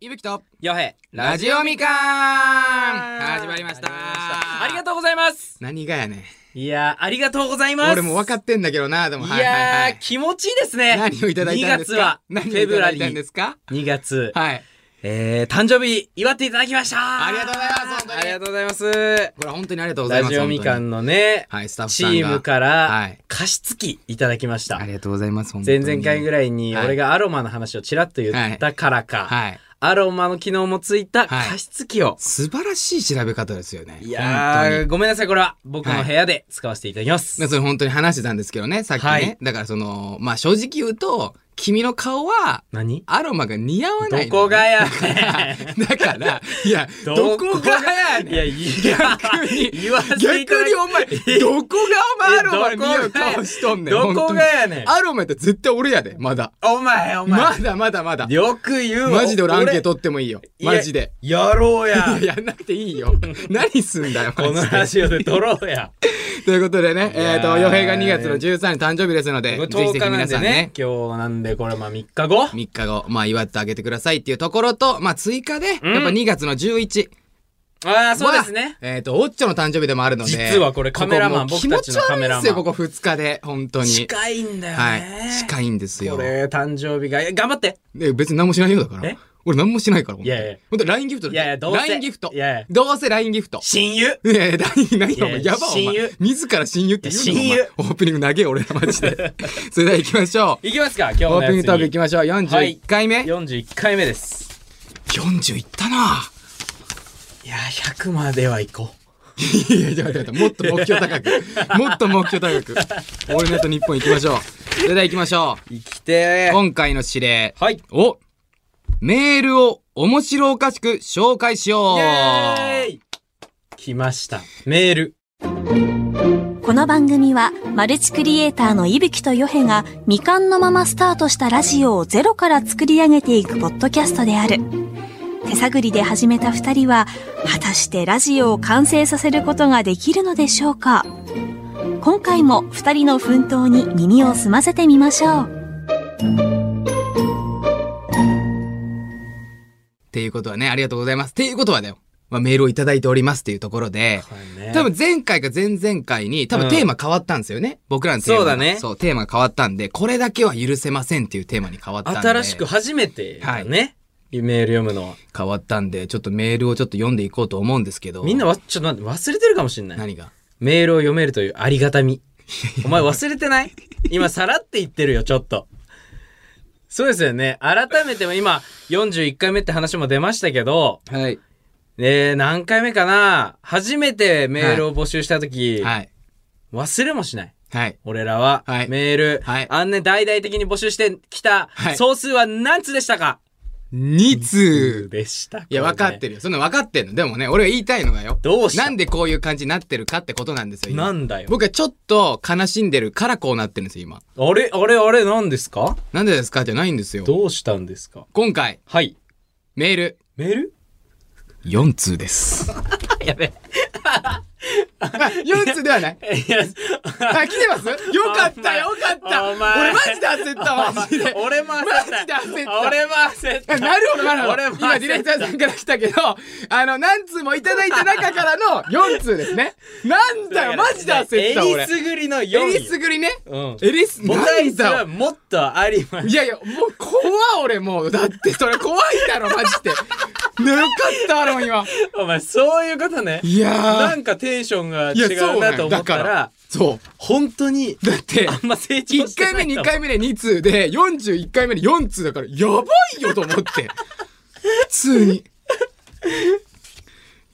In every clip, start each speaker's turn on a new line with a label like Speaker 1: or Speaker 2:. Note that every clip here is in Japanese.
Speaker 1: いぶきと
Speaker 2: ヨヘ
Speaker 1: ラジオみかん始まりました
Speaker 2: ありがとうございます
Speaker 1: 何がやねん
Speaker 2: いやーありがとうございます
Speaker 1: 俺も分かってんだけどなでも
Speaker 2: い
Speaker 1: はいはいは
Speaker 2: や
Speaker 1: い
Speaker 2: ー気持ちいいですね
Speaker 1: 何をいただいたんですか
Speaker 2: 2月は
Speaker 1: 何を
Speaker 2: フェ
Speaker 1: い
Speaker 2: ブ
Speaker 1: た
Speaker 2: ラ
Speaker 1: だい
Speaker 2: リ
Speaker 1: たんで
Speaker 2: ー
Speaker 1: すか
Speaker 2: 2月
Speaker 1: はい
Speaker 2: えー誕生日祝っていただきました
Speaker 1: ありがとうございます本当に
Speaker 2: ありがとうございます
Speaker 1: これは本当にありがとうござい
Speaker 2: ラ
Speaker 1: ます
Speaker 2: ジオみか
Speaker 1: 本
Speaker 2: んのね
Speaker 1: 当にはいスタッフ
Speaker 2: チ
Speaker 1: さんが
Speaker 2: ームか
Speaker 1: は
Speaker 2: ら
Speaker 1: い
Speaker 2: 加湿器いただきました
Speaker 1: ありがとうございます
Speaker 2: 前々回ぐ
Speaker 1: らい
Speaker 2: らいに
Speaker 1: はい
Speaker 2: 俺がアロマの話をちらっと言ったからか
Speaker 1: はい
Speaker 2: アロマの機能もついた
Speaker 1: はい
Speaker 2: 加湿器を
Speaker 1: 素晴らしい調べ方ですよね
Speaker 2: いや
Speaker 1: 本当に
Speaker 2: ーごめんなさいこれは僕の部屋で使わせていただきます
Speaker 1: まあそれ本当に話してたんですけどねさっきね、
Speaker 2: はい
Speaker 1: だからそのまあ正直言うと君の顔は
Speaker 2: 何
Speaker 1: アロマが似合わないのね
Speaker 2: どこが や
Speaker 1: だからいやどこがやねん
Speaker 2: いやいや
Speaker 1: 逆に
Speaker 2: 言わせ
Speaker 1: 逆
Speaker 2: ていただき
Speaker 1: にお前 どこがお前アロマに似合う顔しとんねん
Speaker 2: どこがやねん
Speaker 1: 本当にアロマやって絶対俺やでまだ
Speaker 2: お前お前、
Speaker 1: まだまだまだ
Speaker 2: よく言うわ
Speaker 1: マジで俺アンケート取ってもいいよ
Speaker 2: 俺
Speaker 1: マジで
Speaker 2: いややろうや
Speaker 1: いややんなくていいよ 何すんだよ
Speaker 2: こ
Speaker 1: マ
Speaker 2: の
Speaker 1: ジで
Speaker 2: ラジオで撮ろうや
Speaker 1: ということでね、
Speaker 2: いやー
Speaker 1: えっ、と、洋平が2月の13日誕生日ですので、 ぜひ
Speaker 2: 10
Speaker 1: ぜ
Speaker 2: 日
Speaker 1: ひ
Speaker 2: な
Speaker 1: 皆
Speaker 2: んで
Speaker 1: さん
Speaker 2: ね
Speaker 1: ね、
Speaker 2: 今日なんでこれまあ3日後
Speaker 1: 3日後、まあ、祝ってあげてくださいっていうところと、まあ、追加で、やっぱ
Speaker 2: うん
Speaker 1: 2月の11、
Speaker 2: ああそうですね
Speaker 1: えっ、と、オッチョの誕生日でもあるので、
Speaker 2: 実はこれカメラマン
Speaker 1: ここもう
Speaker 2: 僕たちのカメラマ
Speaker 1: 気持ち悪いん
Speaker 2: ン
Speaker 1: ですよ、ここ2日で、本当に。
Speaker 2: 近いんだよね、
Speaker 1: はい。近いんですよ
Speaker 2: こ。れ誕生日がいや頑張って
Speaker 1: で別に何もしないようだから
Speaker 2: え。
Speaker 1: 俺何もしないから、本当に
Speaker 2: いやいや
Speaker 1: 本当に LINE ギフトだ
Speaker 2: いやいやどうせ
Speaker 1: LINE ギフト
Speaker 2: い。やいや
Speaker 1: どうせ LINE ギフト。
Speaker 2: 親友
Speaker 1: いやいや、何、何がお前、
Speaker 2: いや
Speaker 1: やばお
Speaker 2: 親
Speaker 1: 前
Speaker 2: 友。
Speaker 1: 自ら親友って言うの
Speaker 2: いや
Speaker 1: お前オープニング投げよ、俺らマジ で。それでは行きましょう。
Speaker 2: いきますか今日の
Speaker 1: オープニングトーク
Speaker 2: や
Speaker 1: い
Speaker 2: つ
Speaker 1: きましょう。41回目。
Speaker 2: に41回目です
Speaker 1: 40いったな。
Speaker 2: いや100までは行こ
Speaker 1: いやいや、待って待ってもっと目標高く。もっと目標高く。オールナイト日本行きましょう。それでは行きましょ
Speaker 2: う生きて
Speaker 1: う。今回の指令。
Speaker 2: はい
Speaker 1: おメールを面白おかしく紹介しよ
Speaker 2: イエー
Speaker 1: う
Speaker 2: イ来ましたメール
Speaker 3: この番組はマルチクリエイターの伊吹とヨヘが未完のままスタートしたラジオをゼロから作り上げていくポッドキャストである手探りで始めた二人は果たしてラジオを完成させることができるのでしょうか今回も二人の奮闘に耳を澄ませてみましょう
Speaker 1: っていうことはね、ありがとうございます。っていうことはだよ。まあ、メールをいただいておりますっていうところで、多分前回か前々回に、多分テーマ変わったんですよね。僕らのテーマが。
Speaker 2: そうだね
Speaker 1: そう、テーマが変わったんで、これだけは許せませんっていうテーマに変わったんで。
Speaker 2: 新しく初めてだね、メール読むのは
Speaker 1: 変わったんで、ちょっとメールをちょっと読んでいこうと思うんですけど。
Speaker 2: みんなわちょっと待って忘れてるかもしんない
Speaker 1: 何が
Speaker 2: メールを読めるというありがた みお前忘れてない今さらって言ってるよちょっとそうですよね改めても今41回目って話も出ましたけど
Speaker 1: はい。
Speaker 2: えー、何回目かな初めてメールを募集した時、
Speaker 1: はい。
Speaker 2: 忘れもしない。
Speaker 1: はい。
Speaker 2: 俺らは、
Speaker 1: はい
Speaker 2: メール、
Speaker 1: はい
Speaker 2: あんね大々的に募集してきた、
Speaker 1: はい
Speaker 2: 総数は何通でしたか
Speaker 1: 2通。
Speaker 2: でした。
Speaker 1: いや、分かってるよ。そんな分かってんの。でもね、俺が言いたいのがよ。
Speaker 2: どうした
Speaker 1: なんでこういう感じになってるかってことなんですよ。今
Speaker 2: なんだよ。
Speaker 1: 僕はちょっと悲しんでるからこうなってるんですよ、今。
Speaker 2: あれあれあれ何ですか
Speaker 1: なんでですかじゃないんですよ。
Speaker 2: どうしたんですか
Speaker 1: 今回、
Speaker 2: はい。
Speaker 1: メール
Speaker 2: メー ル
Speaker 1: 4通 です。
Speaker 2: やべ。
Speaker 1: 4通ではない
Speaker 2: いや、
Speaker 1: あ、来てますよかった、よかった。
Speaker 2: お前
Speaker 1: 俺マジで焦った、マジで。
Speaker 2: 俺も焦った。
Speaker 1: マジで焦った
Speaker 2: 俺も焦った。
Speaker 1: なるほど、なるほど。
Speaker 2: 俺も
Speaker 1: 今、ディレクターさんから来たけど、あの、何通もいただいた中からの4通ですね。なんだよ、マジで焦った、
Speaker 2: え
Speaker 1: 俺
Speaker 2: り。すぐりの4
Speaker 1: えりすぐりね。
Speaker 2: うん。
Speaker 1: えりす、
Speaker 2: ボ
Speaker 1: な
Speaker 2: タイ
Speaker 1: ん
Speaker 2: ズ
Speaker 1: だ
Speaker 2: は
Speaker 1: よ。
Speaker 2: もっとあります。
Speaker 1: いやいや、もう怖俺もう。だって、それ怖いだろ、マジ で。ねよかった、俺も今。
Speaker 2: お前、そういうことね。
Speaker 1: いや
Speaker 2: な
Speaker 1: ー。
Speaker 2: んかテンションが
Speaker 1: いや、
Speaker 2: 違
Speaker 1: そう
Speaker 2: う
Speaker 1: な
Speaker 2: なんと
Speaker 1: よ
Speaker 2: 思っ
Speaker 1: だ
Speaker 2: た、
Speaker 1: からら。そう。
Speaker 2: 本当に、
Speaker 1: だって、
Speaker 2: あんま成長
Speaker 1: 1
Speaker 2: してない
Speaker 1: 回
Speaker 2: と
Speaker 1: 目、
Speaker 2: 思う
Speaker 1: 2回目で2通で、41回目で4通だから、やばいよと思って。普通 に。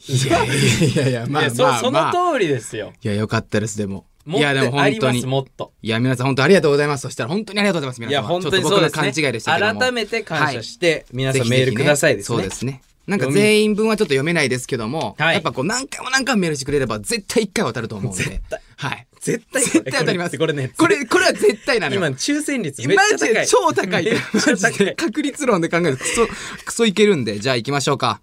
Speaker 1: いやいやいやいや、まあまあ
Speaker 2: いやそ
Speaker 1: まあ。
Speaker 2: その通りですよ。
Speaker 1: いや、よかったです、でも。い
Speaker 2: もっと
Speaker 1: や、でも
Speaker 2: あ
Speaker 1: 本
Speaker 2: り
Speaker 1: 当
Speaker 2: ま
Speaker 1: に
Speaker 2: す、。もっと。
Speaker 1: いや、皆さん本当ありがとうございます。そしたら本当にありがとうございます、皆
Speaker 2: い
Speaker 1: さん。
Speaker 2: や、本当にそうで
Speaker 1: ち
Speaker 2: す、ね。
Speaker 1: ょっと僕の勘違いでしたけども。
Speaker 2: 改めて感謝して、皆
Speaker 1: ぜ
Speaker 2: さん
Speaker 1: ひぜひ
Speaker 2: メ
Speaker 1: ね
Speaker 2: ールくださいです
Speaker 1: そ
Speaker 2: ね。
Speaker 1: うですね。なんか全員分はちょっと読めないですけども、
Speaker 2: はい
Speaker 1: やっぱこう何回も何回もメールしてくれれば絶対1回は当たると思うんで。
Speaker 2: 絶対。
Speaker 1: はい。
Speaker 2: 絶対これ、
Speaker 1: 絶対当たります。
Speaker 2: これね、
Speaker 1: これ、これは絶対なのよ。
Speaker 2: 今、抽選率めっちゃ高
Speaker 1: マジ
Speaker 2: い。
Speaker 1: で超高い
Speaker 2: めっちゃ
Speaker 1: マジ
Speaker 2: 高
Speaker 1: で
Speaker 2: い。
Speaker 1: 確率論で考えるとクソクソいけるんでじゃあ行きましょうか、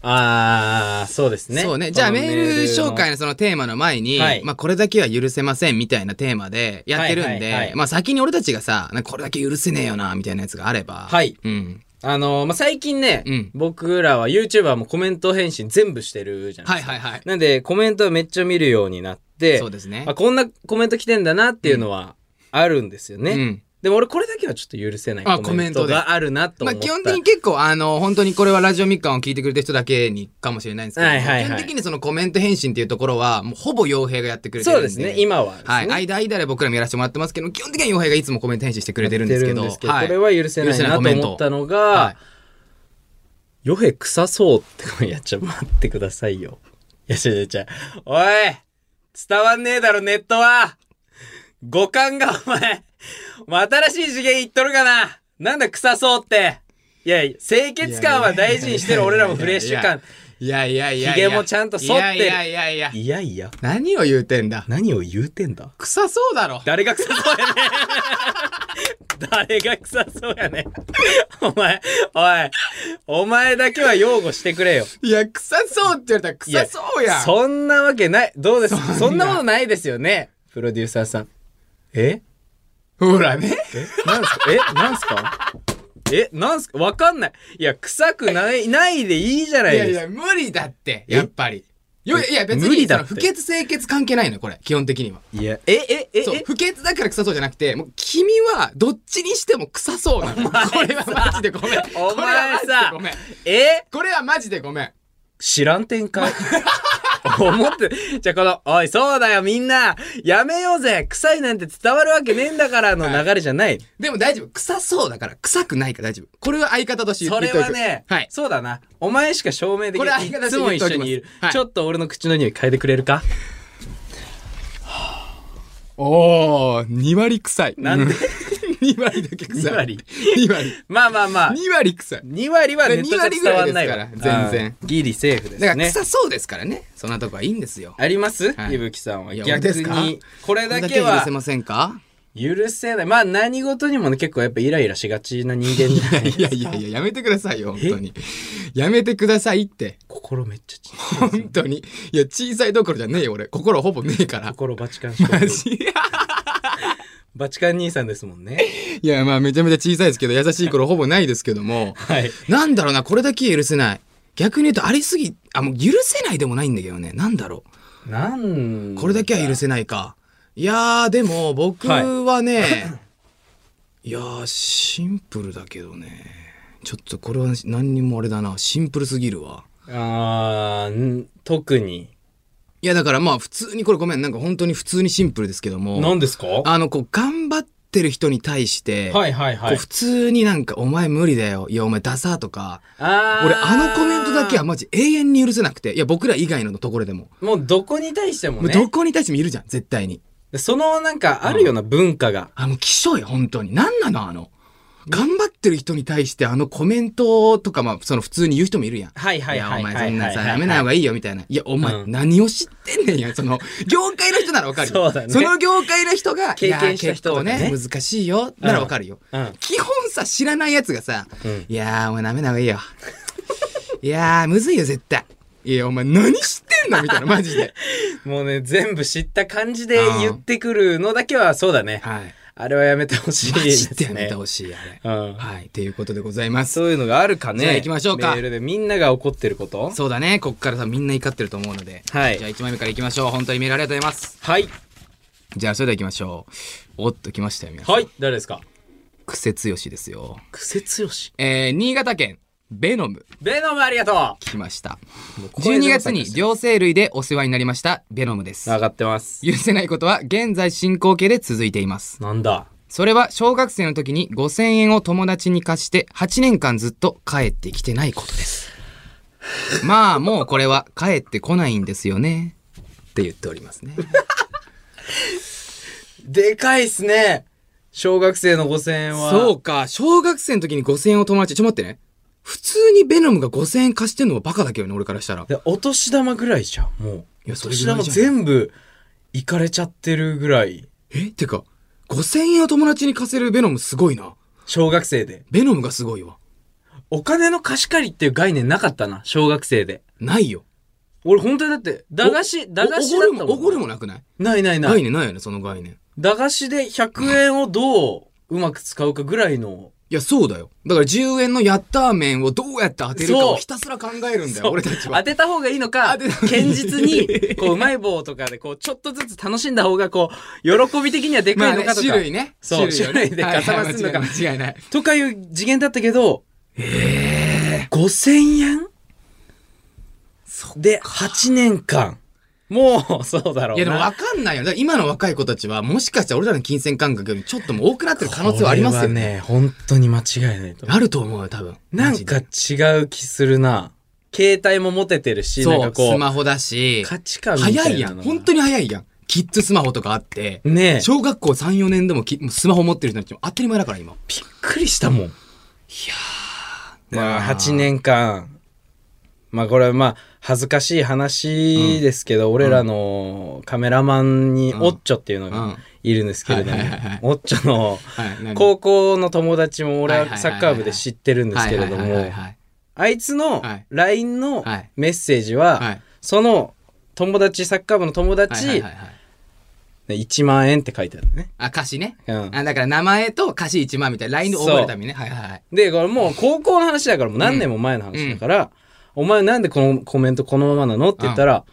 Speaker 2: あー、そうですね。
Speaker 1: そうねじゃあ
Speaker 2: この
Speaker 1: メール紹介
Speaker 2: の。
Speaker 1: のそのテーマの前に、
Speaker 2: はい
Speaker 1: まあ、これだけは許せませんみたいなテーマでやってるんで、
Speaker 2: はいはいはい
Speaker 1: まあ、先に俺たちがさなんかこれだけ許せねえよなみたいなやつがあれば、
Speaker 2: はい
Speaker 1: うん、
Speaker 2: あのまあ、最近ね、
Speaker 1: うん
Speaker 2: 僕らは YouTuber もコメント返信全部してるじゃない
Speaker 1: はい
Speaker 2: ですか。
Speaker 1: はいはい。
Speaker 2: なんで、コメントはめっちゃ見るようになって、
Speaker 1: そうですね
Speaker 2: あ。こんなコメント来てんだなっていうのはあるんですよね。
Speaker 1: うん
Speaker 2: でも俺これだけはちょっと許せない
Speaker 1: あ
Speaker 2: コメント
Speaker 1: コメントで
Speaker 2: があるなと
Speaker 1: ま
Speaker 2: 思
Speaker 1: あ
Speaker 2: った。
Speaker 1: 基本的に結構あの本当にこれはラジオみかんを聞いてくれた人だけにかもしれないんですけど、
Speaker 2: はいはいはい
Speaker 1: 基本的にそのコメント返信っていうところはもうほぼ傭兵がやってくれてる
Speaker 2: そ
Speaker 1: ん
Speaker 2: う
Speaker 1: で
Speaker 2: ですね、今はですね。
Speaker 1: はい、間間で僕らもやらせてもらってますけど基本的には傭兵がいつもコメント返信してくれてるんですけど
Speaker 2: やってるん
Speaker 1: は
Speaker 2: これ
Speaker 1: い、
Speaker 2: は許せないなと思ったのが、
Speaker 1: はい
Speaker 2: よへ臭そうってこれいやちょっと待ってくださいよ。 いやちょちょちょおい伝わんねえだろネットは五感がお前お前新しい次元いっとるかななんだ臭そうっていやいや清潔感は大事にしてる俺らもフレッシュ感
Speaker 1: いやいやいやい
Speaker 2: ヒ
Speaker 1: や
Speaker 2: ゲもちゃんと剃ってる
Speaker 1: いやいやいやいや
Speaker 2: いやいや
Speaker 1: 何を言うてんだ
Speaker 2: 何を言うてんだ
Speaker 1: 臭そうだろ
Speaker 2: 誰が臭そうやねん誰が臭そうやねんお前おいお前だけは擁護してくれよ
Speaker 1: いや臭そうって言われたら臭そうやん
Speaker 2: そんなわけないどうですそん
Speaker 1: そんな
Speaker 2: なことないですよねプロデューサーさんえ
Speaker 1: ほらね
Speaker 2: えなんすかえなんすかえなんすかわかんないいや臭くないないでいいじゃない
Speaker 1: い
Speaker 2: です
Speaker 1: や
Speaker 2: か
Speaker 1: いや無理だってやっぱりいやいや別
Speaker 2: 無
Speaker 1: に
Speaker 2: 理
Speaker 1: そ
Speaker 2: だ
Speaker 1: の
Speaker 2: って
Speaker 1: 不潔清潔関係ないのよこれ基本的にはい
Speaker 2: やえええ
Speaker 1: そう
Speaker 2: え
Speaker 1: 不潔だから臭そうじゃなくてもう君はどっちにしても臭そうなのこれはマジでごめん
Speaker 2: お
Speaker 1: これはマ
Speaker 2: 前
Speaker 1: ジで
Speaker 2: さ
Speaker 1: ごめん
Speaker 2: え
Speaker 1: これはマジでごめん
Speaker 2: 知らん展開 思ってじゃあこの「おいそうだよみんなやめようぜ臭いなんて伝わるわけねえんだから」の流れじゃない、
Speaker 1: でも大丈夫臭そうだから臭くないから大丈夫これは相方として言
Speaker 2: そ
Speaker 1: っ言
Speaker 2: れ
Speaker 1: っといて
Speaker 2: はね、
Speaker 1: はい
Speaker 2: そうだなお前しか証明でき
Speaker 1: これ
Speaker 2: ないい
Speaker 1: 相方として
Speaker 2: つも一緒にい
Speaker 1: 言っ
Speaker 2: る
Speaker 1: ときますはい
Speaker 2: ちょっと俺の口の匂い嗅いでくれるか
Speaker 1: おー2割臭い
Speaker 2: な んで
Speaker 1: 2割だけ臭い
Speaker 2: 2割
Speaker 1: 2割
Speaker 2: まあまあまあ
Speaker 1: 2割臭い
Speaker 2: 2割はネットじゃ伝わんないわ
Speaker 1: 2割ぐらいですから全然
Speaker 2: あーギリセーフ
Speaker 1: だ
Speaker 2: で
Speaker 1: か
Speaker 2: す
Speaker 1: ら
Speaker 2: ね
Speaker 1: 臭そうですからねそんなとこはいいんですよ
Speaker 2: あります、
Speaker 1: はい
Speaker 2: いぶきさんはい
Speaker 1: や
Speaker 2: 逆
Speaker 1: 俺ですか
Speaker 2: にこれだけ
Speaker 1: これ許
Speaker 2: は
Speaker 1: せませんか
Speaker 2: 許せないまあ何事にもね結構やっぱイライラしがちな人間じゃない
Speaker 1: いやいやいややめてくださいよ本当にやめてくださいって
Speaker 2: 心めっちゃちっちゃい
Speaker 1: 本当にいや小さいどころじゃねえよ俺心ほぼねえ から
Speaker 2: 心バチカンし
Speaker 1: マジ
Speaker 2: バチカン兄さんですも んね。
Speaker 1: いやまあめちゃめちゃ小さいですけど優しい頃ほぼないですけども
Speaker 2: はい。
Speaker 1: なんだろうなこれだけは許せない逆に言うとありすぎあもう許せないでもないんだけどねなんだろ
Speaker 2: なん
Speaker 1: うこれだけは許せないかいやーでも僕はね、 い、やーシンプルだけどねちょっとこれは何にもあれだなシンプルすぎるわ
Speaker 2: あーん特に。
Speaker 1: いやだからまあ普通にこれごめんなんか本当に普通にシンプルですけども
Speaker 2: 何ですかは
Speaker 1: あのこう頑張ってる人に対して、
Speaker 2: いはいは
Speaker 1: こう
Speaker 2: い
Speaker 1: 普。通になんか「お前無理だよ」「いやお前ダサ」とか
Speaker 2: あー
Speaker 1: 俺あのコメントだけは。マジ永遠に許せなくていや僕ら以外のところでも、
Speaker 2: もうどこに対しても
Speaker 1: もう
Speaker 2: ね。
Speaker 1: どこに対してもいるじゃん絶対に
Speaker 2: そのなんかあるような文化が。
Speaker 1: あの希少よ本当に何なのあの頑張ってる人に対してあのコメントとかまあその普通に言う人もいるやん
Speaker 2: はいはいは
Speaker 1: やお
Speaker 2: いはい
Speaker 1: 前
Speaker 2: は
Speaker 1: そ
Speaker 2: い
Speaker 1: ん
Speaker 2: は。
Speaker 1: ないさやめない方がいいよみたいな。いやお前
Speaker 2: うん
Speaker 1: 何を知ってんねんや。その業界の人ならわかるよ。
Speaker 2: そうだね
Speaker 1: の業界の人が
Speaker 2: 経験した人とかね
Speaker 1: いや結構難しいよならわかるよ。
Speaker 2: うん
Speaker 1: 基本さ知らないやつがさ、
Speaker 2: うん
Speaker 1: いやーお前なめない方がいいよ。 いやーむずいよ絶対。いやお前何知ってんのみたいなマジで。
Speaker 2: もうね、全部知った感じで言ってくるのだけはそうだね。
Speaker 1: はい。
Speaker 2: あれはやめてほしい
Speaker 1: マ
Speaker 2: で
Speaker 1: ジ
Speaker 2: す
Speaker 1: でやめ
Speaker 2: ね
Speaker 1: て。ほしいあれ。
Speaker 2: うん。
Speaker 1: はいということでございます。
Speaker 2: そういうのがあるかね。
Speaker 1: じゃあ行きましょうか
Speaker 2: メールでみんなが怒ってること
Speaker 1: そうだねこっからさみんな怒ってると思うので。
Speaker 2: はい
Speaker 1: じゃあ1枚目からいきましょう。本当にメールありがとうございます。
Speaker 2: はい。
Speaker 1: じゃあそれでは行きましょう。おっと来ましたよ皆さん。
Speaker 2: はい。誰ですか
Speaker 1: クセ強しですよ。
Speaker 2: クセ強し。
Speaker 1: えー、新潟県、ベノム、
Speaker 2: ベノムありがと
Speaker 1: 来ました。
Speaker 2: う
Speaker 1: 12月に両生類でお世話になりました、ベノムです。
Speaker 2: 上がってます。
Speaker 1: 許せないことは現在進行形で続いています。
Speaker 2: なんだ
Speaker 1: それは小学生の時に5000円を友達に貸して8年間ずっと帰ってきてないこと です。まあもうこれは帰ってこないんですよね。って言っておりますね。
Speaker 2: でかいっすね小学生の5000円は。
Speaker 1: そうか、小学生の時に5000円を友達、ちょっと待ってね。普通にベノムが5000円貸してんのはバカだけどね、俺からしたら。
Speaker 2: で、お年玉ぐらいじゃん、もう。
Speaker 1: いや
Speaker 2: お
Speaker 1: それぐ
Speaker 2: 年
Speaker 1: らい
Speaker 2: 玉
Speaker 1: じゃん
Speaker 2: 全部、いかれちゃってるぐらい。
Speaker 1: えてか5000円を友達に貸せるベノムすごいな
Speaker 2: 小学生で。
Speaker 1: ベノムがすごいわ
Speaker 2: お金の貸し借りっていう概念なかったな、小学生で。
Speaker 1: ないよ
Speaker 2: 俺本当にだって、駄菓子、駄菓子
Speaker 1: お
Speaker 2: だ
Speaker 1: ご
Speaker 2: っ
Speaker 1: る
Speaker 2: たも
Speaker 1: も
Speaker 2: ん。
Speaker 1: おごるもなくない
Speaker 2: ないないない。
Speaker 1: 概念ないよねその概念
Speaker 2: 駄菓子で100円をどううまく使うかぐらいの
Speaker 1: いや、そうだよ。だから10円のやったー麺をどうやって当てるか
Speaker 2: そ
Speaker 1: を
Speaker 2: う
Speaker 1: ひたすら考えるんだ
Speaker 2: そ
Speaker 1: よ、
Speaker 2: う
Speaker 1: 俺たち
Speaker 2: 当
Speaker 1: は。
Speaker 2: てた方がいいのか、
Speaker 1: 当てた方がいい
Speaker 2: 堅実 に、こう、うまい棒とかで、こう、ちょっとずつ楽しんだ方が、こう、喜び的にはでか
Speaker 1: ま
Speaker 2: い
Speaker 1: あ
Speaker 2: の
Speaker 1: ね
Speaker 2: かとか。
Speaker 1: 種類ね。
Speaker 2: そう
Speaker 1: を
Speaker 2: 種類でかさ増すの か
Speaker 1: はいはい間違いない。間違いない
Speaker 2: とかいう次元だったけど、ええ5000円で、8年間。もう、そうだろうな。
Speaker 1: いやでも分かんないよ。だから今の若い子たちは、もしかしたら俺らの金銭感覚よりちょっともう多くなってる可能性はありますよ
Speaker 2: これ
Speaker 1: ね。
Speaker 2: はね、本当に間違いないと思
Speaker 1: あると思うよ、多分。
Speaker 2: う。な
Speaker 1: マ
Speaker 2: ん
Speaker 1: ジで
Speaker 2: か違う気するな。携帯も持ててるし、な
Speaker 1: そ
Speaker 2: んか
Speaker 1: う、
Speaker 2: こ
Speaker 1: ス
Speaker 2: う、
Speaker 1: マホだし、
Speaker 2: 価値観みたいなのが。
Speaker 1: 早いやん。本当に早いやん。キッズスマホとかあって、
Speaker 2: ねえ。
Speaker 1: 小学校3、4年でもきもうスマホ持ってる人たちも当たり前だから今。
Speaker 2: びっくりしたもん。いやまあ、8年間。まあ、これはまあ、恥ずかしい話ですけど、俺らのカメラマンに、
Speaker 1: うん
Speaker 2: オッチョっていうの
Speaker 1: うん
Speaker 2: が。いるんですけれども
Speaker 1: はいはいはいはい、
Speaker 2: オッチョの
Speaker 1: はい何
Speaker 2: 高校の友達も俺
Speaker 1: はいはい
Speaker 2: は
Speaker 1: はい
Speaker 2: サ
Speaker 1: はい
Speaker 2: ッカー部で知ってるんですけれど
Speaker 1: はいはいはい
Speaker 2: も、
Speaker 1: はい
Speaker 2: あいつの
Speaker 1: はい
Speaker 2: LINE の
Speaker 1: はい
Speaker 2: メッセージ
Speaker 1: は
Speaker 2: は、
Speaker 1: い。
Speaker 2: その友達、サッカー部の友
Speaker 1: はいはい
Speaker 2: 達
Speaker 1: はい、はい。
Speaker 2: ね1万円って書いてあるね。
Speaker 1: あ、歌詞ね。
Speaker 2: うん
Speaker 1: あだから名前と歌詞1万みたいな LINE で覚えるためにね。はいはい はい。
Speaker 2: で、これもう高校の話だから、もう何年も前の話だから、お前なんでこのコメントこのままなのって言ったら、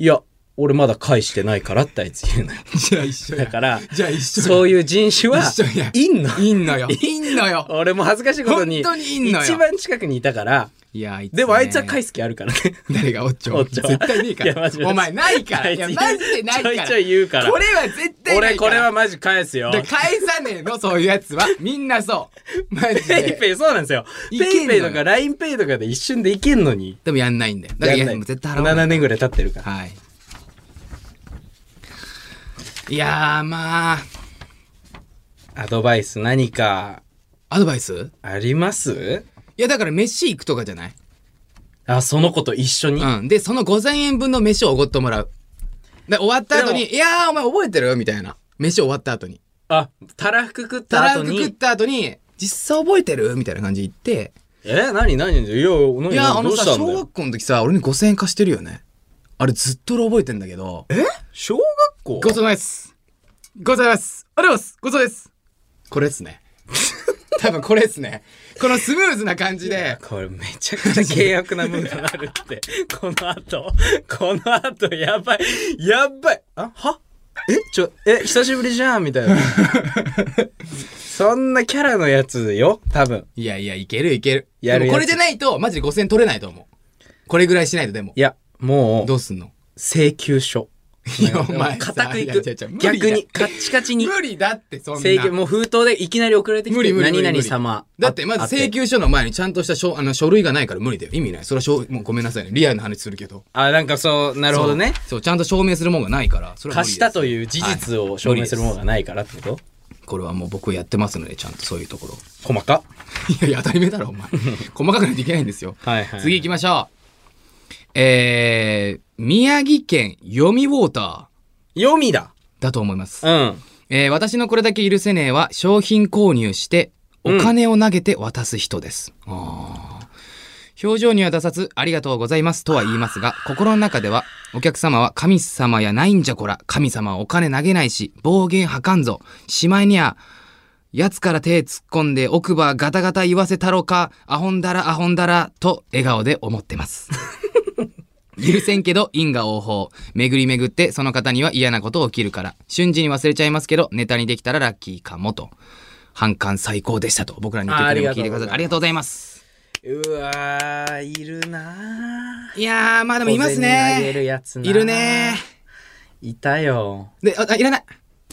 Speaker 2: いや、俺まだ返してないからってあいつ言うのよ。
Speaker 1: じゃあ一緒
Speaker 2: だ
Speaker 1: や。
Speaker 2: から、
Speaker 1: じゃあ一緒や。
Speaker 2: そういう人種は
Speaker 1: 一緒や、
Speaker 2: いんの。
Speaker 1: いんのよ。いんのよ。
Speaker 2: 俺も恥ずかしいことに、
Speaker 1: 本当にいんのよ
Speaker 2: 一番近くにいたから、
Speaker 1: いや、いつね
Speaker 2: でもあいつは返す気あるからね。
Speaker 1: 誰がおっちょ
Speaker 2: おっちょ
Speaker 1: 絶対ねえか
Speaker 2: いやマジマ
Speaker 1: ら。
Speaker 2: ジ
Speaker 1: お前ない から。いや、マジでないから。
Speaker 2: ちょいちょい言うから。
Speaker 1: これは絶対な
Speaker 2: 俺
Speaker 1: いか
Speaker 2: これ
Speaker 1: ら。
Speaker 2: はマジ返すよ。
Speaker 1: で返さねえの、そういうやつは。みんなそう。マジ
Speaker 2: ペイ
Speaker 1: で。
Speaker 2: ペイそうなんですよ。ペ
Speaker 1: い
Speaker 2: イ
Speaker 1: けんのよ
Speaker 2: ペイとか LINEPay とかで一瞬でいけんのに。
Speaker 1: でもやんないんだよ。だからいや、もう絶対払わな
Speaker 2: 7
Speaker 1: い。
Speaker 2: 年ぐらい経ってるから。
Speaker 1: はい。いやー、まあ、
Speaker 2: アドバイス何か
Speaker 1: アドバイス
Speaker 2: あります
Speaker 1: いや、だから飯行くとかじゃない
Speaker 2: あ、その子と一緒に。
Speaker 1: うん。で、その5000円分の飯をおごってもらう。で、終わった後
Speaker 2: で
Speaker 1: に、いやー、お前覚えてるみたいな。飯終わった後に。
Speaker 2: あ、たらふく食ったた
Speaker 1: ら
Speaker 2: 後
Speaker 1: ふく食っ
Speaker 2: に。
Speaker 1: た後に、実際覚えてるみたいな感じで言って、
Speaker 2: え、なになにいや、何
Speaker 1: いや、あ
Speaker 2: ど
Speaker 1: の
Speaker 2: うし
Speaker 1: さ、
Speaker 2: たんだ
Speaker 1: 小
Speaker 2: よ
Speaker 1: 学校の時さ、俺に5000円貸してるよね。あれずっと俺覚えてんだけど。え
Speaker 2: 小学
Speaker 1: ご
Speaker 2: 校
Speaker 1: ちそうさまです。ごちそうさまです。ありがとうございます。ごちそうさまです。これっすね。 多分これっすね。このスムーズな感じで、
Speaker 2: これめちゃくちゃ険悪なムードになるって。 この後、この後、やばい、やばい。あ、はえ、ちょ、え、久しぶりじゃんみた いな。そんなキャラのやつよ、多分。
Speaker 1: いやいや、いけるいける。
Speaker 2: やる
Speaker 1: で
Speaker 2: やつ
Speaker 1: もこれでないと、マジで5000円取れないと思う。これぐらいしないと、でも
Speaker 2: い。や、も
Speaker 1: ど
Speaker 2: う、
Speaker 1: うすんの
Speaker 2: 請求書。
Speaker 1: いや、お前さ。
Speaker 2: 固くい
Speaker 1: や
Speaker 2: く
Speaker 1: やや無。理だ
Speaker 2: 逆に、カッチカチに。
Speaker 1: 無理だって、そんな。
Speaker 2: 請求、もう封筒でいきなり送られてき
Speaker 1: 無
Speaker 2: て、
Speaker 1: 理無理無理無
Speaker 2: 何
Speaker 1: 理
Speaker 2: 々様。
Speaker 1: だってま
Speaker 2: あ
Speaker 1: ず請。求書の前にちゃんとした書あの書類がないから無理だよ意味ないそれはしょうもうごめんなさいねリアルな話するけど
Speaker 2: あってあ、なんかそう、な
Speaker 1: な
Speaker 2: るほどね。
Speaker 1: そうちゃんと証明するものがないからそれは無理
Speaker 2: 貸したと
Speaker 1: う
Speaker 2: いう事実を証明するものがないからってこと
Speaker 1: これはもう僕やってますのでちゃんとそういうところ
Speaker 2: 細か。
Speaker 1: いやいや当たり前だろお 前細かくないといけないんですよ
Speaker 2: はいはい
Speaker 1: 次行きましょうえー、宮城県読みウォーター
Speaker 2: 読みだ。
Speaker 1: だと思います、
Speaker 2: うん。
Speaker 1: えー私のこれだけ許せねえは商品購入してお金を投げて渡す人です、あー表情には出さずありがとうございますとは言いますが心の中ではお客様は神様やないんじゃこら神様はお金投げないし暴言吐かんぞしまいにはやつから手突っ込んで奥歯ガタガタ言わせたろかアホンダラアホンダラと笑顔で思ってます 許せんけど因果応報巡り巡ってその方には嫌なこと起きるから瞬時に忘れちゃいますけどネタにできたらラッキーかもと反感最高でしたと僕らに言ってくれるのを聞いてくださって
Speaker 2: あ
Speaker 1: あ
Speaker 2: り
Speaker 1: り
Speaker 2: が
Speaker 1: がとうございます
Speaker 2: うわー、いるなー
Speaker 1: いやーまあでもいます
Speaker 2: 小銭あげる
Speaker 1: ね
Speaker 2: やつなー
Speaker 1: いるね
Speaker 2: いたよ。
Speaker 1: ーでああいらない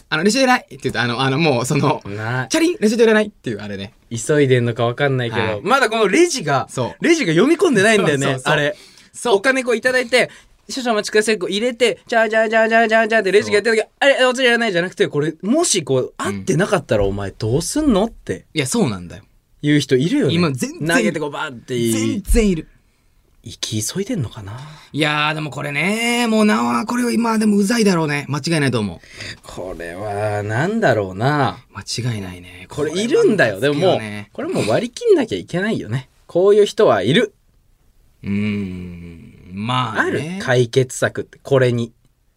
Speaker 1: あのレシートいらないって言うとあのあのもうその
Speaker 2: な
Speaker 1: チャリンレシートいらないっていうあれね
Speaker 2: 急いでんのかわかんないけど、
Speaker 1: はい
Speaker 2: まだこのレジが
Speaker 1: そ、う
Speaker 2: レジが読み込んでないんだよね、
Speaker 1: そうそうそう
Speaker 2: あれ。
Speaker 1: そう
Speaker 2: お金こういただいて、少々お待ちください、こう入れて、じゃあじゃあじゃあじゃあじゃあじゃあってレジがやってる時、あれ、お釣りやらないじゃなくて、これ、もしこう、合ってなかったらお前どうすんのって
Speaker 1: いやそうなんだよ
Speaker 2: いう人いるよね。
Speaker 1: 今全然
Speaker 2: 投げてこうバーって。
Speaker 1: 全然いる
Speaker 2: 生き急いでんのかない
Speaker 1: やーでもこれねもうなあこれは今でもうざいだろうね間違いないと思う
Speaker 2: これは、なんだろうな。
Speaker 1: 間違いないね
Speaker 2: これいるんだよ。でももう、これもう割り切んなきゃいけないよね。こういう人はいる。
Speaker 1: うーんまあ、
Speaker 2: あ
Speaker 1: ね、
Speaker 2: る解決策って、これに。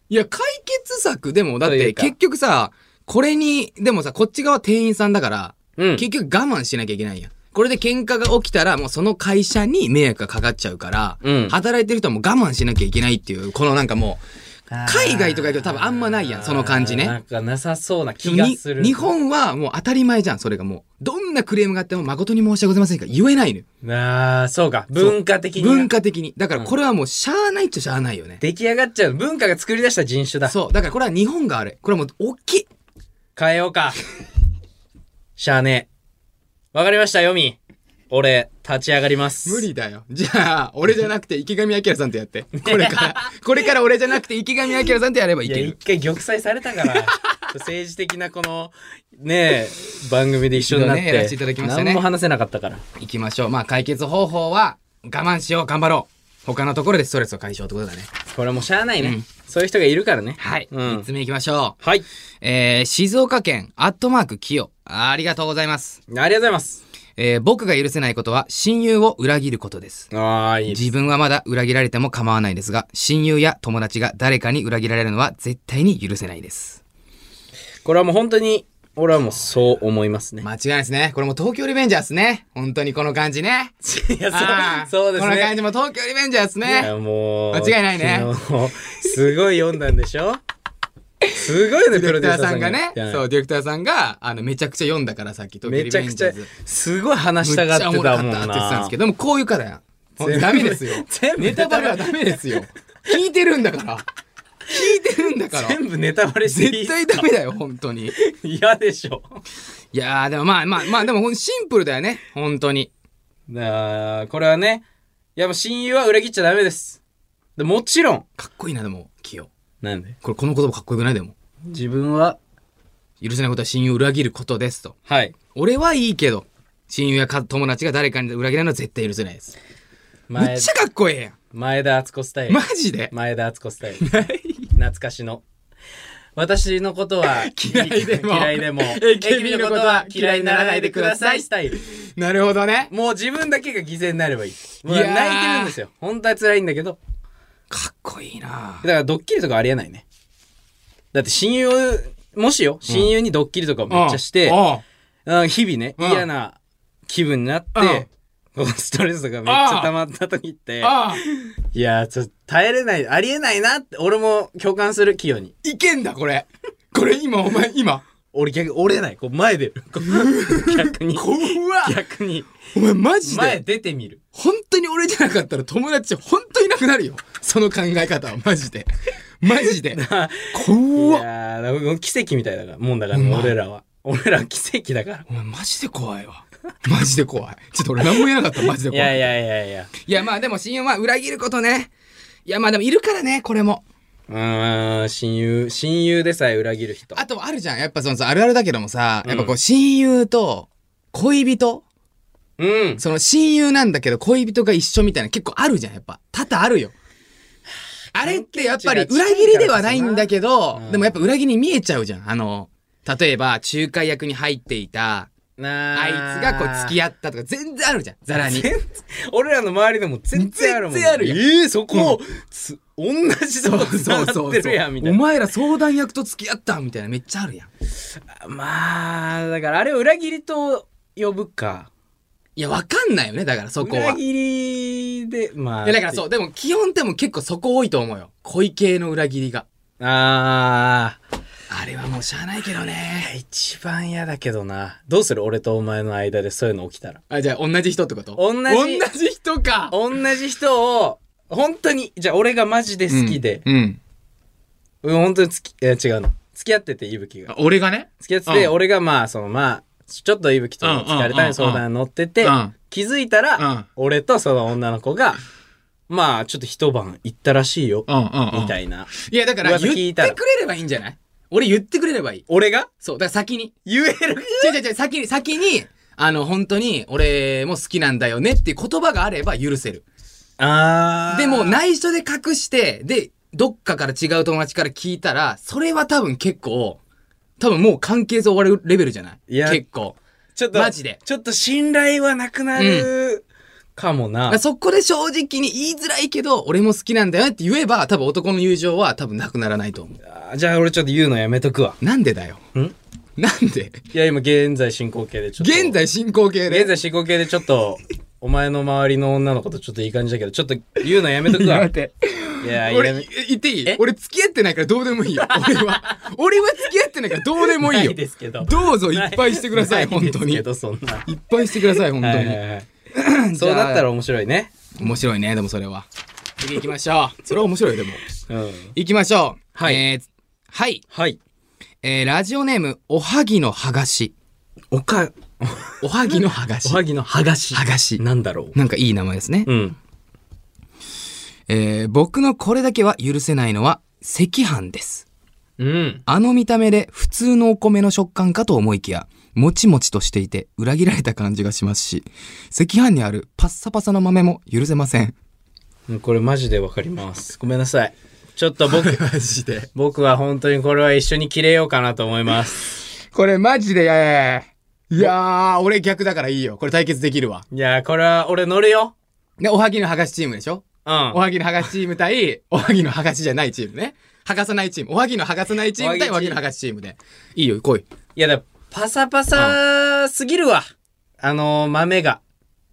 Speaker 1: いや解決策でもだっ
Speaker 2: とい
Speaker 1: て
Speaker 2: うか
Speaker 1: 結局さこれにでもさこっち側店員さんだから
Speaker 2: うん。
Speaker 1: 結局我慢しなきゃいけないやん。これで喧嘩が起きたら、もうその会社に迷惑がかかっちゃうから、
Speaker 2: うん
Speaker 1: 働いてる人はもう我慢しなきゃいけないっていう、このなんかもう
Speaker 2: あ、ー
Speaker 1: 海外とか行くと多分あんまないやん、その感じ
Speaker 2: な
Speaker 1: ね。
Speaker 2: んかなさそうな気が
Speaker 1: に
Speaker 2: する。
Speaker 1: 日本はもう当たり前じゃん、それがもう。どんなクレームがあっても誠に申し訳ございませんが言えないのよ。
Speaker 2: ああ、そうか。文化的にな。
Speaker 1: 文化的に。だからこれはもうしゃあないっちゃしゃあないよね。
Speaker 2: 出来上がっちゃう。文化が作り出した人種だ。
Speaker 1: そう。だからこれは日本があれ。これはもう大きい。
Speaker 2: 変えようか。しゃあねえ。わかりました、よみ。俺、立ち上がります。
Speaker 1: 無理だ よ。じゃあ、俺じゃなくて池上彰さんとやって。これから。これから俺じゃなくて池上彰さんとやればい
Speaker 2: い
Speaker 1: け
Speaker 2: や、
Speaker 1: る
Speaker 2: 一。回玉砕されたから。ちょっと政治的なこの、ねえ、番組で一緒になって。
Speaker 1: 一度ねやらせていただきましたね
Speaker 2: 何も話せなかったから。
Speaker 1: 行きましょう。まあ解決方法は我慢しよう、頑張ろう。他のところでストレスを解消ってことだね。
Speaker 2: これはもうしゃあないね。
Speaker 1: うん
Speaker 2: そういう人がいるからね。
Speaker 1: はい。
Speaker 2: う
Speaker 1: 三
Speaker 2: ん
Speaker 1: つ目行きましょう。
Speaker 2: はい。
Speaker 1: えー、静岡県、アットマーク、キヨ。ありがとうございます。
Speaker 2: ありがとうございます。
Speaker 1: えー、僕が許せないことは、親友を裏切ることです。
Speaker 2: ああ、いいです
Speaker 1: 自分はまだ裏切られても構わないですが、親友や友達が誰かに裏切られるのは絶対に許せないです。
Speaker 2: これはもう本当に、俺はもうそう思いますね。
Speaker 1: 間違いないですね。これも東京リベンジャーズね。本当にこの感じ ね。
Speaker 2: いや、
Speaker 1: あー
Speaker 2: そう、そうです
Speaker 1: この
Speaker 2: ね。
Speaker 1: 感じも東京リベンジャーズ
Speaker 2: いや
Speaker 1: ね。
Speaker 2: もう
Speaker 1: 間違いないね
Speaker 2: 昨日すごい読んだんでしょすごい
Speaker 1: ディ
Speaker 2: ねプ
Speaker 1: レ
Speaker 2: ロ
Speaker 1: ク
Speaker 2: デ
Speaker 1: タ
Speaker 2: ュー
Speaker 1: ーさ
Speaker 2: サーさん
Speaker 1: ん
Speaker 2: が
Speaker 1: がね、
Speaker 2: そ
Speaker 1: そうう、ディレクターさんが、あの、めちゃくちゃ読んだから、さっき、東京
Speaker 2: め
Speaker 1: リ
Speaker 2: ちゃ
Speaker 1: ベン
Speaker 2: く
Speaker 1: ジ
Speaker 2: ち
Speaker 1: ャ
Speaker 2: ゃ
Speaker 1: ーズ。
Speaker 2: すごい話したがってたもん
Speaker 1: むっちゃおもろかったって言ってたんで
Speaker 2: な
Speaker 1: すけど、でもこういうからやん。ほんと
Speaker 2: 全部
Speaker 1: ダメですよ
Speaker 2: 全。部
Speaker 1: ネタバレはダメですよ。聞いてるんだから。聞いてるんだから。
Speaker 2: 全部ネタバレしていい
Speaker 1: 絶対ダメだよ、本当に。
Speaker 2: 嫌でしょ
Speaker 1: いやー、でもまあまあまあ、でもほんシンプルだよね、本当に。
Speaker 2: なあこれはねいやもう親友は裏切っちゃダメですでもちろん
Speaker 1: かっこいいな、でも、キヨ。
Speaker 2: なんで
Speaker 1: これ、この言葉かっこよくないでも。
Speaker 2: 自分は
Speaker 1: 許せないことは親友を裏切ることですと。
Speaker 2: はい
Speaker 1: 俺はいいけど、親友やか友達が誰かに裏切られるのは絶対許せないです。め
Speaker 2: 前
Speaker 1: っちゃかっこええやん。
Speaker 2: 前田敦子スタイル
Speaker 1: マジで。
Speaker 2: 前田敦子スタイル懐かしの私のことは
Speaker 1: 嫌いでも
Speaker 2: 嫌いでも
Speaker 1: AKB のことは嫌いにならないでください
Speaker 2: スタイル
Speaker 1: なるほどね。
Speaker 2: もう自分だけが犠牲になればいいもう
Speaker 1: いやー
Speaker 2: 泣いてるんですよ本当は辛いんだけど
Speaker 1: かっこいいな
Speaker 2: だからドッキリとかありえないねだって親友もしよ親友にドッキリとかめっちゃして、
Speaker 1: うん
Speaker 2: うん日々ね、
Speaker 1: うん
Speaker 2: 嫌な気分になって、こうストレスとかめっちゃ溜まった時って、
Speaker 1: ああ
Speaker 2: いやーちょっと耐えれないありえないなって俺も共感する企業に
Speaker 1: いけんだこれこれ今お前今
Speaker 2: 俺逆に折れないこう前出るこう 逆に
Speaker 1: 怖っ
Speaker 2: 逆に
Speaker 1: お前マジ
Speaker 2: 前
Speaker 1: で
Speaker 2: 出てみる
Speaker 1: 本当に俺じゃなかったら友達本当いなくなるよその考え方はマジでマジで
Speaker 2: い
Speaker 1: 怖っ
Speaker 2: やーなんか奇跡みたいだからもんだから、
Speaker 1: うまい
Speaker 2: 俺らは俺らは奇跡だから
Speaker 1: お前マジで怖いわマジで怖いちょっと俺何も言えなかったマジで
Speaker 2: い
Speaker 1: 怖い
Speaker 2: やいやいやいや
Speaker 1: いやまあでも親友は裏切ることねいやまあでもいるからねこれも
Speaker 2: うーん親友親友でさえ裏切る人
Speaker 1: あとあるじゃんやっぱそのさあるあるだけどもさ
Speaker 2: うん
Speaker 1: やっぱこう親友と恋人
Speaker 2: うん
Speaker 1: その親友なんだけど恋人が一緒みたいな結構あるじゃん、やっぱ。多々あるよ。あれってやっぱり裏切りではないんだけど
Speaker 2: うん、
Speaker 1: でもやっぱ裏切りに見えちゃうじゃん。あの、例えば仲介役に入っていた、
Speaker 2: な
Speaker 1: あいつがこう付き
Speaker 2: 合
Speaker 1: 合ったとか全然あるじゃん、ザラに。
Speaker 2: 俺らの周りでも全然あるもん
Speaker 1: 全然あるよ
Speaker 2: ええそこ、つ同じとこ繋がってるやんみたい
Speaker 1: お
Speaker 2: な
Speaker 1: 前ら相談役と付き合ったみたいなめっちゃあるやん。
Speaker 2: まあだからあれを裏切りと呼ぶか
Speaker 1: いや、わかんないよね、だからそこ
Speaker 2: 裏
Speaker 1: は。い
Speaker 2: 切りでまあ
Speaker 1: や、だからそう、でも基本でも結構そこ多いと思うよ。恋系の裏切りが。
Speaker 2: ああ
Speaker 1: あれはもうしゃあないけどね。
Speaker 2: 一番嫌だけどなどうする俺とお前の間でそういうの起きたら
Speaker 1: あ、じゃあ同じ人ってこと
Speaker 2: 同じ
Speaker 1: 同じ人か
Speaker 2: 同じ人を本当にじゃあ俺がマジで好きで、
Speaker 1: うんうん
Speaker 2: うん、本当につきえ違うの付き合ってて伊吹が
Speaker 1: あ俺がね
Speaker 2: 付き合ってて、
Speaker 1: うん
Speaker 2: 俺がまあそのまあちょっと伊吹とも疲れた
Speaker 1: うんうんうんう
Speaker 2: り
Speaker 1: ん
Speaker 2: 相談に乗ってて、
Speaker 1: うん
Speaker 2: 気づいたら、
Speaker 1: うん
Speaker 2: 俺とその女の子がまあちょっと一晩行ったらしいよ、
Speaker 1: うんうんうん
Speaker 2: みたいない
Speaker 1: やだから
Speaker 2: 噂
Speaker 1: 言っ
Speaker 2: 聞
Speaker 1: て
Speaker 2: いたら
Speaker 1: くれればいいんじゃない俺言ってくれればいい
Speaker 2: 俺が
Speaker 1: そうだから先に
Speaker 2: 言える
Speaker 1: 違う違う違う先に先にあの本当に俺も好きなんだよねっていう言葉があれば許せる
Speaker 2: あー
Speaker 1: でも内緒で隠してでどっかから違う友達から聞いたらそれは多分結構多分もう関係性終わるレベルじゃない
Speaker 2: いや
Speaker 1: 結構
Speaker 2: ちょっと
Speaker 1: マジで
Speaker 2: ちょっと信頼はなくなる、かもな
Speaker 1: あそこで正直に言いづらいけど、俺も好きなんだよねって言えば、多分男の友情は多分なくならないと思
Speaker 2: あーじゃあ俺ちょっと言うのやめとくわ
Speaker 1: う。なんでだよ。
Speaker 2: ん
Speaker 1: なんで
Speaker 2: いや、今、現在進行形でちょっと。
Speaker 1: 現在進行形で
Speaker 2: 現在進行形でちょっと、お前の周りの女の子とちょっといい感じだけど、ちょっと言うのやめとくわ。
Speaker 1: や
Speaker 2: い
Speaker 1: めて
Speaker 2: や、いや
Speaker 1: 俺
Speaker 2: め、
Speaker 1: 言っていい
Speaker 2: え
Speaker 1: 俺付き合ってないからどうでもいいよ俺は俺は付き合ってないからどうでもいい
Speaker 2: な
Speaker 1: よ
Speaker 2: いですけど。
Speaker 1: どうぞいっぱいしてください
Speaker 2: な
Speaker 1: 本
Speaker 2: です
Speaker 1: 当にい
Speaker 2: け
Speaker 1: っ
Speaker 2: ど、そんな。
Speaker 1: ぱいしてください本当
Speaker 2: はい
Speaker 1: に、
Speaker 2: はいはい。そうなったら面白いね。
Speaker 1: 面白いねでもそれは次行きましょうそれは面白いよでも
Speaker 2: うん。
Speaker 1: 行きましょう
Speaker 2: はい
Speaker 1: えーはい、
Speaker 2: はい。
Speaker 1: えーラジオネームおはぎのはがし
Speaker 2: おか、
Speaker 1: おはぎのはがし
Speaker 2: おはぎの剥がし。
Speaker 1: 剥がし
Speaker 2: なんだろ
Speaker 1: なんかいい名前ですね、
Speaker 2: う。うん。
Speaker 1: えー僕のこれだけは許せないのは赤飯です
Speaker 2: うん。
Speaker 1: あの見た目で普通のお米の食感かと思いきや、もちもちとしていて裏切られた感じがしますし、赤飯にあるパッサパサの豆も許せません。
Speaker 2: これマジでわかります。ごめんなさい。ちょっと僕、
Speaker 1: マジで。
Speaker 2: 僕は本当にこれは一緒に切れようかなと思 います。
Speaker 1: これマジで、いやいやいやいやー、俺逆だからいいよ。これ対決できるわ。
Speaker 2: いや、これは俺乗るよ。
Speaker 1: で、おはぎの剥がしチームでしょ
Speaker 2: うん。
Speaker 1: おはぎの剥がしチーム対、おはぎの剥がしじゃないチームね。剥がさないチーム。おはぎの剥がさないチーム対、お
Speaker 2: お
Speaker 1: は
Speaker 2: は
Speaker 1: ぎ
Speaker 2: ぎチーム
Speaker 1: の剥がしチームで。いいよ、来い。
Speaker 2: いやだ、パサパサすぎるわ。あのー、豆が。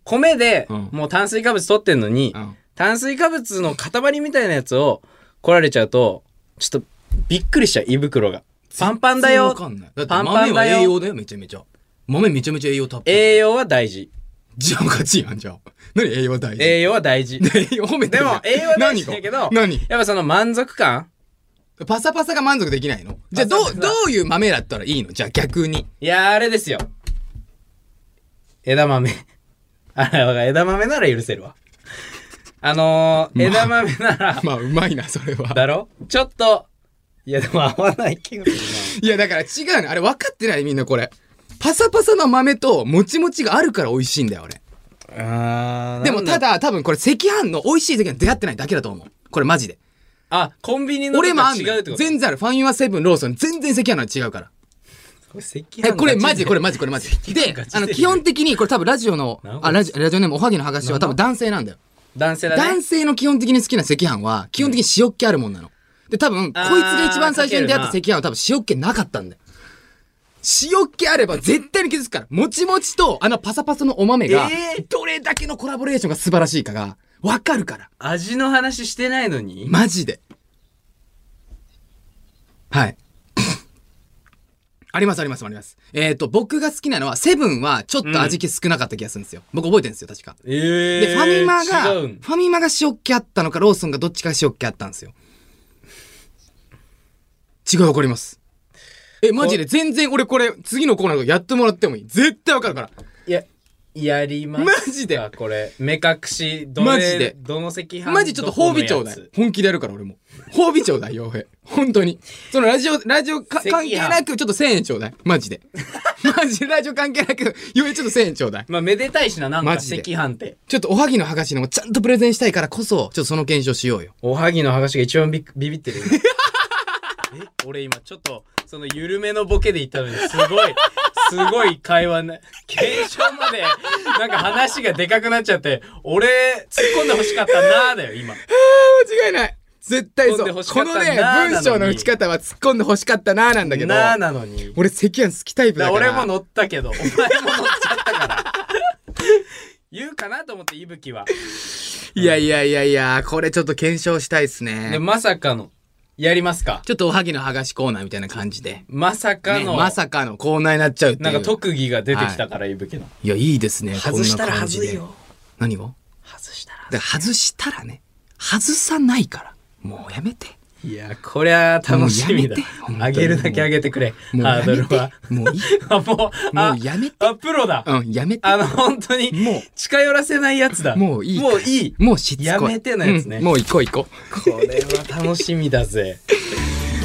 Speaker 2: 米で
Speaker 1: うん、
Speaker 2: もう炭水化物取ってんのに、
Speaker 1: ん。
Speaker 2: 炭水化物の塊みたいなやつを来られちゃうと、ちょっとびっくりしちゃう、胃袋が。パンパンだよ
Speaker 1: 全。然わかんない。だって
Speaker 2: パンパ
Speaker 1: 豆
Speaker 2: ン
Speaker 1: は
Speaker 2: だよ
Speaker 1: 栄養だよ、めちゃめちゃ。豆めちゃめちゃ栄養たっぷり。
Speaker 2: 栄養は大事。
Speaker 1: じゃあ勝ちやん、じゃあ。何栄養大事。
Speaker 2: 栄養は大 事。
Speaker 1: 栄養褒めて
Speaker 2: で
Speaker 1: るや
Speaker 2: も
Speaker 1: ん、
Speaker 2: 栄養は大事だけど、
Speaker 1: 何が何
Speaker 2: やっぱその満足感
Speaker 1: パサパサが満足できないのじゃあど
Speaker 2: パ
Speaker 1: う、
Speaker 2: サパ
Speaker 1: ど
Speaker 2: サ
Speaker 1: ういう豆だったらいいのじゃあ逆に。
Speaker 2: いやーあれですよ。枝豆。あれわかる、枝豆なら許せるわ。あのー、枝豆なら、
Speaker 1: まあ、うまいな、それは。
Speaker 2: だろちょっと、いやでも合わない気がするな。
Speaker 1: いや、だから違うの。あれ分かってない、みんなこれ。パサパサの豆と、もちもちがあるから美味しいんだよ、俺。
Speaker 2: あ
Speaker 1: でも、た、だ、多分これ、赤飯の美味しい時に出会ってないだけだと思う。これマジで。
Speaker 2: あ、コンビニの
Speaker 1: 俺もあん
Speaker 2: 違
Speaker 1: の
Speaker 2: う
Speaker 1: よ
Speaker 2: ってこと
Speaker 1: 全然ある。ファインはセブン、ローソン、全然赤飯の違うから。
Speaker 2: こ
Speaker 1: え、これマジ、これマジ、これマジ。で、あの、基本的に、これ多分ラジオの
Speaker 2: なる、ほど
Speaker 1: あ、ラジラジオネーム、おはぎの話は多分男性なんだよ。
Speaker 2: 男性だね。
Speaker 1: 男性の基本的に好きな赤飯は、基本的に塩っ気あるもんなの。で、多分、こいつ
Speaker 2: あー
Speaker 1: が一番最初に出会った
Speaker 2: か
Speaker 1: 赤
Speaker 2: け
Speaker 1: 飯は多分塩っ気なかったんだよ。塩っ気あれば絶対に気づくから、もちもちとあのパサパサのお豆が
Speaker 2: え、
Speaker 1: どれだけのコラボレーションが素晴らしいかが、わかるから。
Speaker 2: 味の話してないのに、
Speaker 1: マジで。はい。 ありますありますあります。えっ、と、僕が好きなのは、セブンはちょっと味気少なかった気がするんですよ。僕覚えてるんですよ、確か。
Speaker 2: えー、
Speaker 1: で、ファミマが、
Speaker 2: 違
Speaker 1: フ
Speaker 2: うん
Speaker 1: ァミマが塩っ気あったのか、ローソンがどっちかが塩っ気あったんですよ。違いわかります。え、マジで全然俺これ、次のコーナーやってもらってもいい。絶対わかるから。
Speaker 2: いや、やります
Speaker 1: マジで
Speaker 2: かこれ、目隠し、どれ、
Speaker 1: マジで
Speaker 2: どの赤飯
Speaker 1: マジちょっと褒美ちょうだ
Speaker 2: どこの
Speaker 1: い
Speaker 2: や。
Speaker 1: 本気でやるから俺も。褒美ちょうだい、洋平。本当に。そのラジオ、ラジオか
Speaker 2: 赤飯
Speaker 1: 関係なく、ちょっと1000円ちょうだい。マジで。マジでラジオ関係なく、洋平ちょっと1000円ちょうだい
Speaker 2: つ。まあ、めでたいしな、なんか
Speaker 1: マ
Speaker 2: 赤
Speaker 1: ジで
Speaker 2: 飯って。
Speaker 1: ちょっとおはぎのはがしのもちゃんとプレゼンしたいからこそ、ちょっとその検証しようよ。
Speaker 2: おはぎの話が一番ビビビってるよ今 え俺今ちょっとその緩めのボケで言ったのにすごい すごい会話な検証までなんか話がでかくなっちゃって俺突っ込んで欲しかったなーだよ今
Speaker 1: 間違いない絶対そ
Speaker 2: 突っ込んで
Speaker 1: う
Speaker 2: 欲し
Speaker 1: こ
Speaker 2: かった
Speaker 1: のね
Speaker 2: なあ
Speaker 1: 文章の打ち方は突っ込んで欲しかったなあなんだけど
Speaker 2: なーなのに
Speaker 1: 俺赤飯好きタイプだ
Speaker 2: だ
Speaker 1: か
Speaker 2: 俺
Speaker 1: ら
Speaker 2: も乗ったけどお前も乗っちゃったから 言うかなと思っていぶきはい
Speaker 1: やいやいやいやこれちょっと検証したいです
Speaker 2: で
Speaker 1: ね
Speaker 2: まさかのやりますか
Speaker 1: ちょっとおはぎのはがしコーナーみたいな感じで、
Speaker 2: まさか
Speaker 1: ね、
Speaker 2: の、
Speaker 1: まさかのコーナーになっちゃうっていう
Speaker 2: なんか特技が出てきたから、いぶきの
Speaker 1: いやいいですね
Speaker 2: 外したら
Speaker 1: こんな
Speaker 2: は
Speaker 1: 感じ
Speaker 2: ず
Speaker 1: で
Speaker 2: いよ
Speaker 1: 何が
Speaker 2: 外したら
Speaker 1: で外したらね外さないからもうやめて
Speaker 2: いや、こりゃ楽しみ
Speaker 1: も
Speaker 2: だ
Speaker 1: うやめて本当。に
Speaker 2: あげるだけあげてくれ。
Speaker 1: もう
Speaker 2: ハ
Speaker 1: や
Speaker 2: ード
Speaker 1: め
Speaker 2: ル
Speaker 1: て
Speaker 2: は。
Speaker 1: もういい
Speaker 2: あもう、
Speaker 1: も
Speaker 2: あ
Speaker 1: うやめて
Speaker 2: あ、プロだ。
Speaker 1: うんやめて
Speaker 2: あの、本当に、
Speaker 1: もう
Speaker 2: 近寄らせないやつだ。
Speaker 1: もういいから
Speaker 2: もう いい。
Speaker 1: もうしつこい
Speaker 2: やめてのやつね
Speaker 1: うんもう行こう行こう
Speaker 2: これは楽しみだぜ。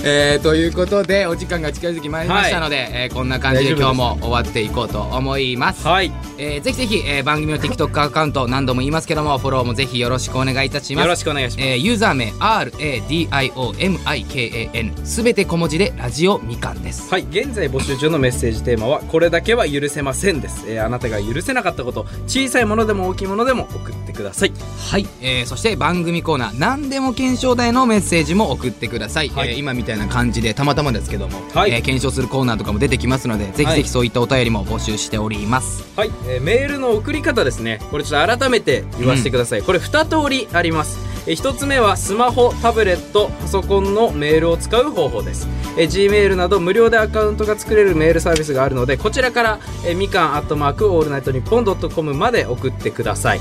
Speaker 1: えー、ということでお時間が近づきまいりましたので、えーこんな感じで
Speaker 2: 大丈夫です
Speaker 1: 今日も終わっていこうと思います、
Speaker 2: はい。
Speaker 1: えーぜひぜひ、えー番組の TikTok アカウント何度も言いますけどもフォローもぜひよろしくお願いいたします
Speaker 2: よろしくお願いします。
Speaker 1: えーユーザー名 RADIOMIKAN すべて小文字でラジオみかんです
Speaker 2: はい現在募集中のメッセージテーマは「これだけは許せません」です、えーあなたが許せなかったこと小さいものでも大きいものでも送ってください
Speaker 1: はい、えーそして番組コーナー何でも検証台のメッセージも送ってください、
Speaker 2: はい
Speaker 1: えー今みたいいな感じでたまたまですけども、
Speaker 2: はい
Speaker 1: えー検証するコーナーとかも出てきますのでぜひ
Speaker 2: は
Speaker 1: ぜ
Speaker 2: い
Speaker 1: ひそういったお便りも募集しております、
Speaker 2: はい、えーメールの送り方ですねこれちょっと改めて言わせてください、これ2通りあります、え1つ目はスマホタブレットパソコンのメールを使う方法です、えー Gmail など無料でアカウントが作れるメールサービスがあるのでこちらから、えーみかんアットマークオールナイトニッポンドットコムまで送ってください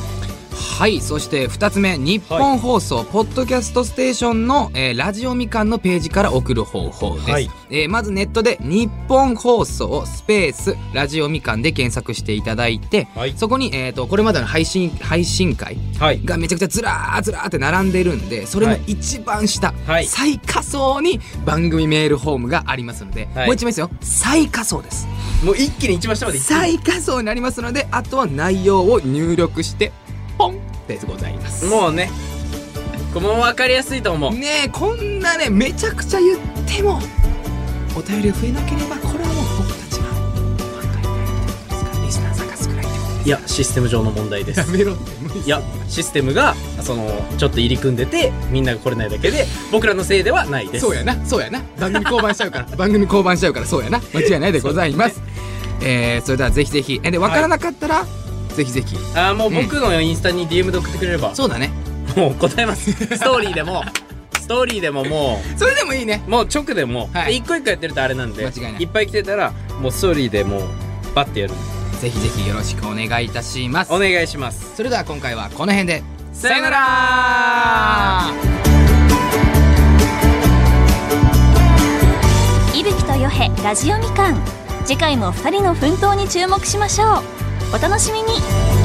Speaker 1: はいそして2つ目日本放送、ポッドキャストステーションの、えーラジオみかんのページから送る方法です、
Speaker 2: はい
Speaker 1: えーまずネットで「日本放送スペースラジオみかん」で検索していただいて、
Speaker 2: はい
Speaker 1: そこに、えー、とこれまでの配信配信会
Speaker 2: はい
Speaker 1: がめちゃくちゃずらーずらーって並んでるんでそれの一番下、
Speaker 2: はい
Speaker 1: 最下層に番組メールフォームがありますので、
Speaker 2: はい
Speaker 1: もう一枚ですよ最下層です
Speaker 2: もう一気に一番下まで行って
Speaker 1: 最下層になりますのであとは内容を入力してポンってございます
Speaker 2: もうねこれも分かりやすいと思う
Speaker 1: ねえこんなねめちゃくちゃ言ってもお便りが増えなければこれはもう僕たちが挽回できないということですからリスナーさんが少ないってこと
Speaker 2: いやシステム上の問題で
Speaker 1: ですやめろって無理
Speaker 2: いやシステムがそのちょっと入り組んでてみんなが来れないだけで僕らのせいではないです
Speaker 1: そうやなそうやな番組降板しちゃうから 番組降板しちゃうからそうやな間違いないでございます、えー、それではぜひぜひえで分からなかったら、ぜひぜひ
Speaker 2: あーもう僕のインスタに DM で送ってくれれば、
Speaker 1: そうだね
Speaker 2: もう答えます ストーリーでもストーリーでもも
Speaker 1: それでもいいね
Speaker 2: うもう直でも、
Speaker 1: はい
Speaker 2: 一個一個やってるとあれなんで
Speaker 1: 間違いない
Speaker 2: っぱい来てたらもうストーリーでもうバッてやる
Speaker 1: ぜひぜひよろしくお願いいたします
Speaker 2: お願いします
Speaker 1: それでは今回はこの辺で
Speaker 2: さよなら
Speaker 3: 伊吹とよへラジオみかん次回も2人の奮闘に注目しましょうお楽しみに